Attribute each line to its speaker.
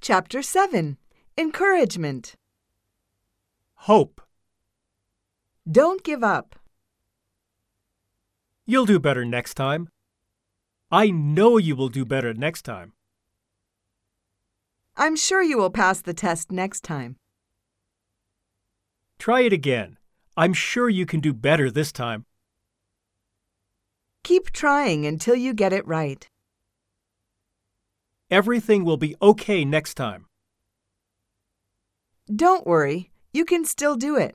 Speaker 1: Chapter 7 Encouragement.
Speaker 2: Hope.
Speaker 1: Don't give up.
Speaker 2: You'll do better next time. I know you will do better next time.
Speaker 1: I'm sure you will pass the test next time.
Speaker 2: Try it again. I'm sure you can do better this time.
Speaker 1: Keep trying until you get it right.
Speaker 2: Everything will be okay next time.
Speaker 1: Don't worry, you can still do it.